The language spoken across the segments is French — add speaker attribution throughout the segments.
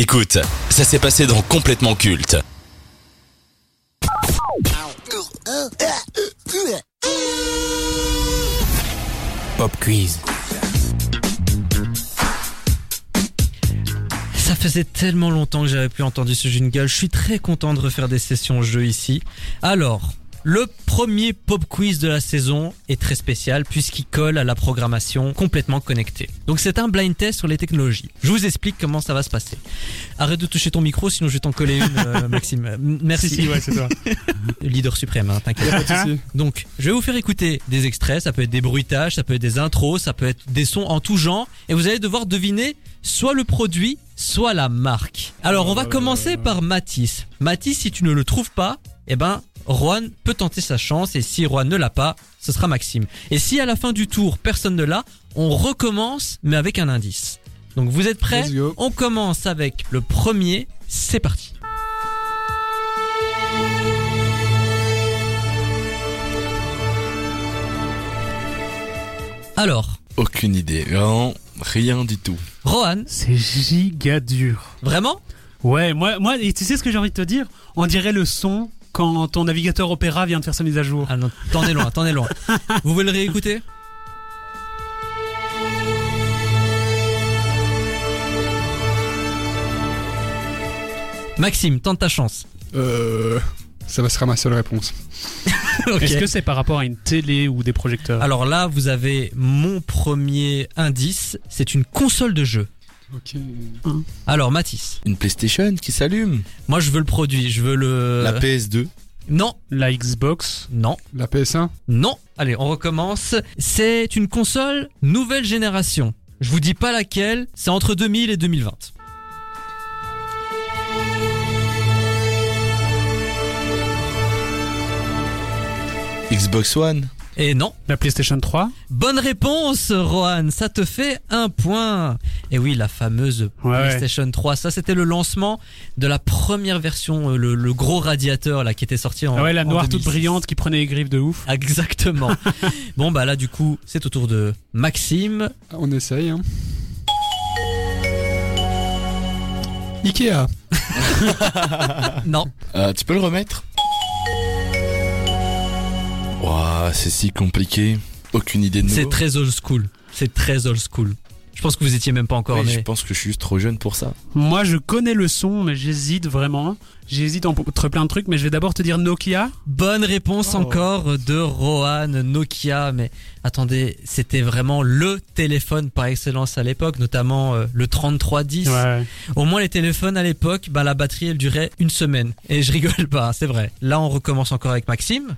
Speaker 1: Écoute, ça s'est passé dans Complètement Culte.
Speaker 2: Pop quiz.
Speaker 3: Ça faisait tellement longtemps que j'avais plus entendu ce jingle. Je suis très content de refaire des sessions jeu ici. Alors, le premier pop quiz de la saison est très spécial puisqu'il colle à la programmation complètement connectée. Donc c'est un blind test sur les technologies. Je vous explique comment ça va se passer. Arrête de toucher ton micro, sinon je vais t'en coller une, euh, Maxime. Euh, Merci.
Speaker 4: Si, si, ouais, c'est toi.
Speaker 3: Leader suprême, hein, t'inquiète. Donc, je vais vous faire écouter des extraits, ça peut être des bruitages, ça peut être des intros, ça peut être des sons en tout genre, et vous allez devoir deviner soit le produit, soit la marque. Alors, on
Speaker 4: Euh.
Speaker 3: va commencer par Matisse. Matisse, si tu ne le trouves pas, eh ben, Juan peut tenter sa chance, et si Juan ne l'a pas, ce sera Maxime. Et si à la fin du tour, personne ne l'a, on recommence, mais avec un indice. Donc, vous êtes prêts
Speaker 4: Let's go.
Speaker 3: On commence avec le premier, c'est parti. Alors,
Speaker 5: Aucune idée, vraiment rien du tout.
Speaker 3: Rohan,
Speaker 4: C'est giga dur.
Speaker 3: vraiment
Speaker 4: Ouais, moi, moi, et tu sais ce que j'ai envie de te dire On dirait le son quand ton navigateur Opera vient de faire sa mise à jour.
Speaker 3: Ah non, t'en es loin, t'en es loin. Vous voulez le réécouter Maxime, tente ta chance.
Speaker 6: Euh, ça va sera ma seule réponse.
Speaker 3: Ok.
Speaker 4: Ah, Est-ce que c'est par rapport à une télé ou des projecteurs
Speaker 3: Alors là, vous avez mon premier indice, c'est une console de jeu.
Speaker 6: Ok.
Speaker 3: Alors Mathis,
Speaker 5: Une PlayStation qui s'allume
Speaker 3: moi je veux le produit, je veux le...
Speaker 5: La PS2
Speaker 3: Non,
Speaker 4: La Xbox
Speaker 3: non,
Speaker 6: La PS1
Speaker 3: non. Allez, on recommence. C'est une console nouvelle génération. Je vous dis pas laquelle, c'est entre 2000 et 2020.
Speaker 5: Xbox One
Speaker 3: Et non,
Speaker 4: La PlayStation 3
Speaker 3: Bonne réponse, Rohan. Ça te fait un point. Et oui, la fameuse
Speaker 4: Ouais, ouais.
Speaker 3: PlayStation 3. Ça, c'était le lancement de la première version, euh, le, le gros radiateur là qui était sorti en.
Speaker 4: Ah ouais, la
Speaker 3: en
Speaker 4: noire
Speaker 3: 2006.
Speaker 4: toute brillante qui prenait les griffes de ouf.
Speaker 3: Exactement. bon bah là, du coup, c'est au tour de Maxime.
Speaker 6: Ah, On essaye. Hein. Ikea.
Speaker 4: Ah.
Speaker 3: Non.
Speaker 5: Euh, Tu peux le remettre Ouah, c'est si compliqué. Aucune idée de
Speaker 3: C'est
Speaker 5: nouveau.
Speaker 3: très old school. C'est très old school. Je pense que vous étiez même pas encore
Speaker 5: Oui,
Speaker 3: né.
Speaker 5: Je pense que je suis juste trop jeune pour ça.
Speaker 4: Moi, je connais le son, mais j'hésite vraiment. J'hésite entre plein de trucs, mais je vais d'abord te dire Nokia.
Speaker 3: Bonne réponse
Speaker 4: Oh.
Speaker 3: encore de Rohan Nokia. Mais attendez, c'était vraiment le téléphone par excellence à l'époque, notamment euh, le 3310. Au moins les téléphones à l'époque, bah, la batterie elle durait une semaine. Et je rigole pas, hein, c'est vrai. Là on recommence encore avec Maxime.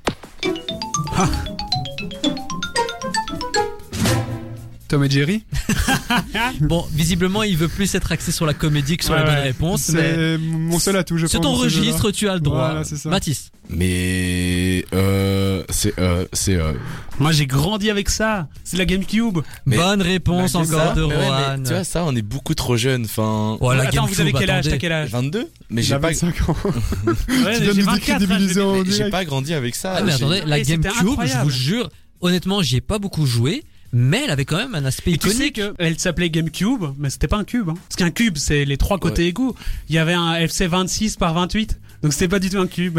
Speaker 6: Tom et Jerry
Speaker 3: Bon, visiblement il veut plus être axé sur la comédie que sur
Speaker 4: Ouais,
Speaker 3: les bonnes
Speaker 4: ouais.
Speaker 3: réponses. Mais
Speaker 6: C'est mon seul atout, je pense. euh,
Speaker 3: sur ton
Speaker 6: dans ce jeu-là.
Speaker 3: registre tu as le droit.
Speaker 6: Voilà, c'est ça.
Speaker 3: Mathis.
Speaker 5: Mais euh, c'est euh, c'est euh,
Speaker 4: Moi, j'ai grandi avec ça. C'est la GameCube.
Speaker 5: Mais-
Speaker 3: Bonne réponse
Speaker 5: Bah, c'est
Speaker 3: encore
Speaker 5: ça.
Speaker 3: de
Speaker 5: Mais ouais, mais
Speaker 3: Rohan.
Speaker 5: tu vois ça, on est beaucoup trop jeune. Enfin,
Speaker 3: Oh, la
Speaker 4: Attends, vous
Speaker 3: GameCube,
Speaker 4: avez quel âge
Speaker 3: attendez.
Speaker 4: T'as quel âge
Speaker 5: 22. Mais j'ai
Speaker 6: J'avais
Speaker 5: pas,
Speaker 6: 5 ans.
Speaker 4: Ouais,
Speaker 6: Tu viens de
Speaker 4: j'ai
Speaker 6: nous
Speaker 4: 24, hein, je
Speaker 6: décrédibiliser
Speaker 4: vais-
Speaker 6: en
Speaker 5: mais j'ai
Speaker 6: direct.
Speaker 5: pas grandi avec ça.
Speaker 3: Ah mais
Speaker 5: J'ai-
Speaker 3: attendez, la
Speaker 4: Et c'était
Speaker 3: GameCube, je vous
Speaker 4: incroyable.
Speaker 3: jure, honnêtement, j'y ai pas beaucoup joué, mais elle avait quand même un aspect
Speaker 4: Et tu sais
Speaker 3: iconique.
Speaker 4: qu'elle s'appelait GameCube, mais c'était pas un cube. hein. Parce qu'un cube, c'est les trois côtés égaux. Il y avait un FC 26 par 28, donc c'était pas du tout un cube.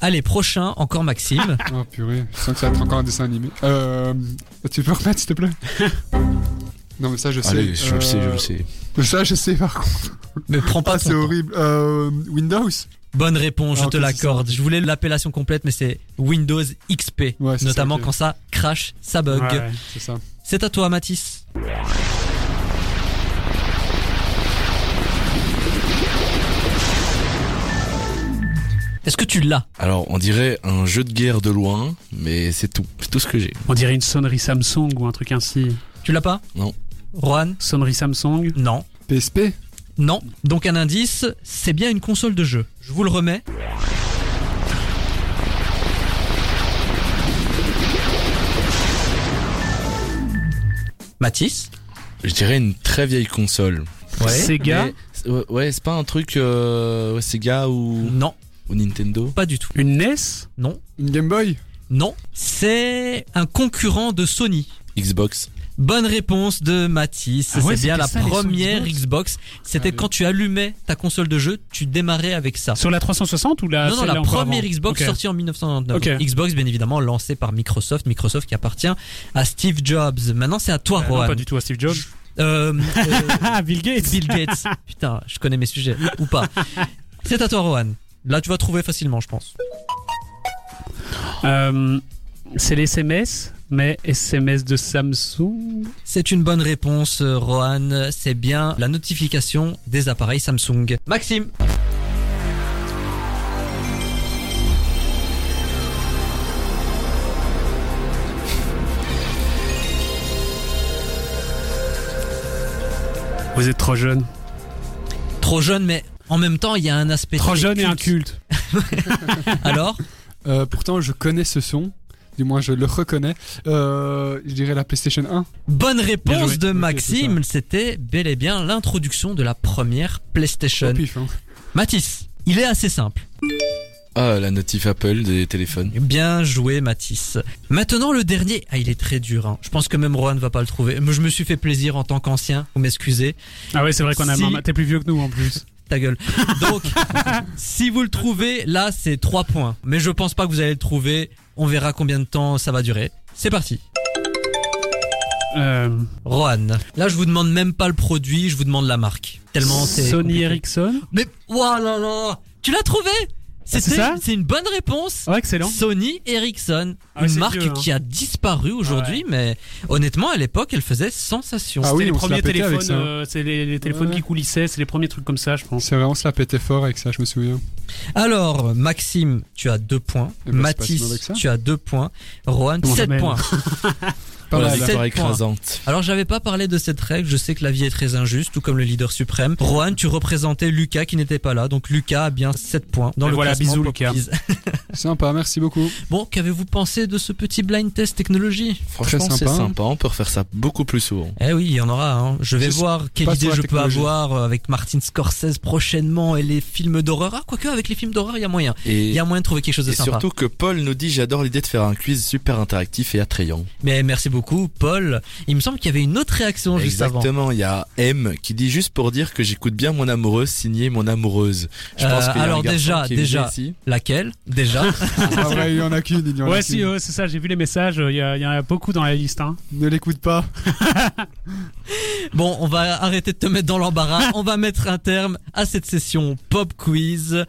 Speaker 3: Allez, prochain, encore Maxime.
Speaker 6: Oh purée, je sens que ça va être encore un dessin animé. Euh, tu peux remettre s'il te plaît Non mais ça je sais.
Speaker 5: Allez, je le sais, je
Speaker 6: Euh,
Speaker 5: le sais.
Speaker 6: Ça je sais par contre.
Speaker 3: mais prends pas
Speaker 6: Ah,
Speaker 3: ton
Speaker 6: c'est
Speaker 3: temps.
Speaker 6: horrible. Euh, Windows
Speaker 3: Bonne réponse,
Speaker 6: Ah,
Speaker 3: je
Speaker 6: ok,
Speaker 3: te
Speaker 6: c'est
Speaker 3: l'accorde. Je voulais l'appellation complète, mais c'est Windows XP.
Speaker 6: Ouais, c'est
Speaker 3: notamment
Speaker 6: ça, ok.
Speaker 3: quand ça crash, ça bug.
Speaker 4: Ouais.
Speaker 6: C'est ça.
Speaker 3: C'est à toi, Mathis. Est-ce que tu l'as
Speaker 5: Alors, on dirait un jeu de guerre de loin, mais c'est tout. C'est tout ce que j'ai.
Speaker 4: On dirait une sonnerie Samsung ou un truc ainsi.
Speaker 3: Tu l'as pas
Speaker 5: Non.
Speaker 3: Juan
Speaker 4: Sonnerie Samsung.
Speaker 3: Non.
Speaker 6: PSP
Speaker 3: Non. Donc un indice, c'est bien une console de jeu. Je vous le remets. Mathis
Speaker 5: Je dirais une très vieille console.
Speaker 4: Sega.
Speaker 5: Mais- c'est- ouais, ouais, c'est pas un truc euh, ouais, Sega ou,
Speaker 3: Non,
Speaker 5: ou Nintendo.
Speaker 3: pas du tout.
Speaker 4: Une E NES
Speaker 3: Non.
Speaker 6: Une Game Boy
Speaker 3: Non. C'est un concurrent de Sony.
Speaker 5: Xbox.
Speaker 3: Bonne réponse de Mathis.
Speaker 4: Ah ouais,
Speaker 3: c'est bien
Speaker 4: c'était
Speaker 3: la
Speaker 4: ça, les sons
Speaker 3: première
Speaker 4: Xbox. Ah,
Speaker 3: Xbox. C'était
Speaker 6: Allez.
Speaker 3: quand tu allumais ta console de jeu, tu démarrais avec ça.
Speaker 4: Sur la 360 ou la
Speaker 3: non, non,
Speaker 4: Ah, celle-là
Speaker 3: la
Speaker 4: encore
Speaker 3: première
Speaker 4: avant
Speaker 3: Xbox
Speaker 4: Ok.
Speaker 3: sortie en 1999.
Speaker 4: Ok.
Speaker 3: Xbox, bien évidemment, lancée par Microsoft. Microsoft qui appartient à Steve Jobs. Maintenant, c'est à toi,
Speaker 4: Euh, non,
Speaker 3: Rohan.
Speaker 4: pas du tout à Steve Jobs.
Speaker 3: Euh, euh,
Speaker 4: Ah, Bill Gates.
Speaker 3: Bill Gates. Putain, je connais mes sujets. Ou pas. C'est à toi, Rohan. Là, tu vas trouver facilement, je pense.
Speaker 4: Euh, c'est les SMS, mais SMS de Samsung.
Speaker 3: C'est une bonne réponse, euh, Rohan. C'est bien la notification des appareils Samsung. Maxime,
Speaker 4: Vous êtes trop jeune.
Speaker 3: trop jeune, mais en même temps, il y a un aspect.
Speaker 4: Trop
Speaker 3: très
Speaker 4: jeune et un
Speaker 3: culte.
Speaker 4: culte.
Speaker 3: Alors,
Speaker 6: Euh, pourtant, je connais ce son. Du moins, je le reconnais. Euh, je dirais la PlayStation 1.
Speaker 3: bonne
Speaker 4: Bien
Speaker 3: réponse
Speaker 4: joué.
Speaker 3: de
Speaker 6: Ok,
Speaker 3: Maxime. C'était bel et bien l'introduction de la première PlayStation.
Speaker 6: Au pif, hein.
Speaker 3: Mathis, il est assez simple.
Speaker 5: Ah, la notif Apple des téléphones.
Speaker 3: Bien joué, Mathis. Maintenant, le dernier. Ah, il est très dur. hein. Je pense que même Rohan ne va pas le trouver. Moi, Je me suis fait plaisir en tant qu'ancien. Vous m'excusez.
Speaker 4: Ah ouais, c'est vrai qu'on a.
Speaker 3: Si.
Speaker 4: maman- T'es plus vieux que nous en plus.
Speaker 3: Ta gueule. Donc, si vous le trouvez, là, c'est 3 points. Mais je pense pas que vous allez le trouver. On verra combien de temps ça va durer. C'est parti.
Speaker 4: Euh,
Speaker 3: Rohan. Là, je vous demande même pas le produit, je vous demande la marque. Tellement c'est.
Speaker 4: Sony
Speaker 3: compliqué.
Speaker 4: Ericsson.
Speaker 3: Mais, waouh, non, non, non. Tu l'as trouvé C'était-
Speaker 4: Ah, ça
Speaker 3: C'est une bonne réponse.
Speaker 4: Oh, excellent.
Speaker 3: Sony Ericsson,
Speaker 4: Ah ouais,
Speaker 3: une
Speaker 4: c'est
Speaker 3: marque
Speaker 4: vieux, hein. Ah
Speaker 3: qui a disparu aujourd'hui, mais honnêtement à l'époque elle faisait sensation.
Speaker 6: Ah
Speaker 4: C'était
Speaker 6: oui,
Speaker 4: les
Speaker 6: on se
Speaker 4: premiers
Speaker 6: l'a pété avec
Speaker 4: téléphones,
Speaker 6: ça.
Speaker 4: euh, c'est les, les téléphones
Speaker 6: Ouais.
Speaker 4: qui coulissaient, c'est les premiers trucs comme ça, je pense.
Speaker 6: C'est vrai, on se la pétait fort avec ça, je me souviens.
Speaker 3: Alors Maxime, tu as deux points.
Speaker 6: Eh ben, c'est pas si mauvais que
Speaker 3: Mathis,
Speaker 6: ça.
Speaker 3: tu as deux points. Rohan,
Speaker 4: Comment ça
Speaker 3: 7
Speaker 4: mène
Speaker 3: points.
Speaker 6: Pas
Speaker 5: Oh, la
Speaker 3: Sept
Speaker 6: mal.
Speaker 5: victoire
Speaker 3: points.
Speaker 5: écrasante.
Speaker 3: Alors j'avais pas parlé de cette règle, je sais que la vie est très injuste, tout comme le leader suprême. Rohan, tu représentais Lucas qui n'était pas là, donc Lucas a bien 7 poins dans
Speaker 4: Et
Speaker 3: le
Speaker 4: voilà,
Speaker 3: classement
Speaker 4: bisous,
Speaker 3: Pop
Speaker 4: Lucas.
Speaker 3: Quiz.
Speaker 6: Sympa, merci beaucoup.
Speaker 3: Bon, qu'avez-vous pensé de ce petit blind test technologie
Speaker 5: Franchement,
Speaker 6: Très
Speaker 5: c'est
Speaker 6: sympa.
Speaker 3: hein.
Speaker 5: sympa. On peut refaire ça beaucoup plus souvent.
Speaker 3: Eh oui, il y en aura. Hein. Je vais
Speaker 6: Je sais
Speaker 3: voir quelle
Speaker 6: pas
Speaker 3: idée
Speaker 6: trop la
Speaker 3: je peux
Speaker 6: technologie.
Speaker 3: avoir euh, avec Martin Scorsese prochainement et les films d'horreur. Ah, quoique avec les films d'horreur, il y a moyen. Il
Speaker 5: Et,
Speaker 3: y a moyen de trouver quelque chose de
Speaker 5: et
Speaker 3: sympa.
Speaker 5: surtout que Paul nous dit j'adore l'idée de faire un quiz super interactif et attrayant.
Speaker 3: Mais merci beaucoup, Paul. Il me semble qu'il y avait une autre réaction juste avant.
Speaker 5: Exactement. Il y a M qui dit juste pour dire que j'écoute bien mon amoureuse signé mon amoureuse. Je pense
Speaker 3: Euh,
Speaker 5: qu'il y a un
Speaker 3: alors
Speaker 5: garçon
Speaker 3: déjà,
Speaker 5: qui est venu
Speaker 3: déjà.
Speaker 5: ici.
Speaker 3: Laquelle Déjà.
Speaker 6: Ah ouais, il y en a qu'une, il y en a
Speaker 4: Ouais,
Speaker 6: qu'une.
Speaker 4: si, ouais, c'est ça, j'ai vu les messages, euh, il y, a- y en a beaucoup dans la liste. Hein.
Speaker 6: Ne l'écoute pas.
Speaker 3: bon, on va arrêter de te mettre dans l'embarras. on va mettre un terme à cette session pop quiz.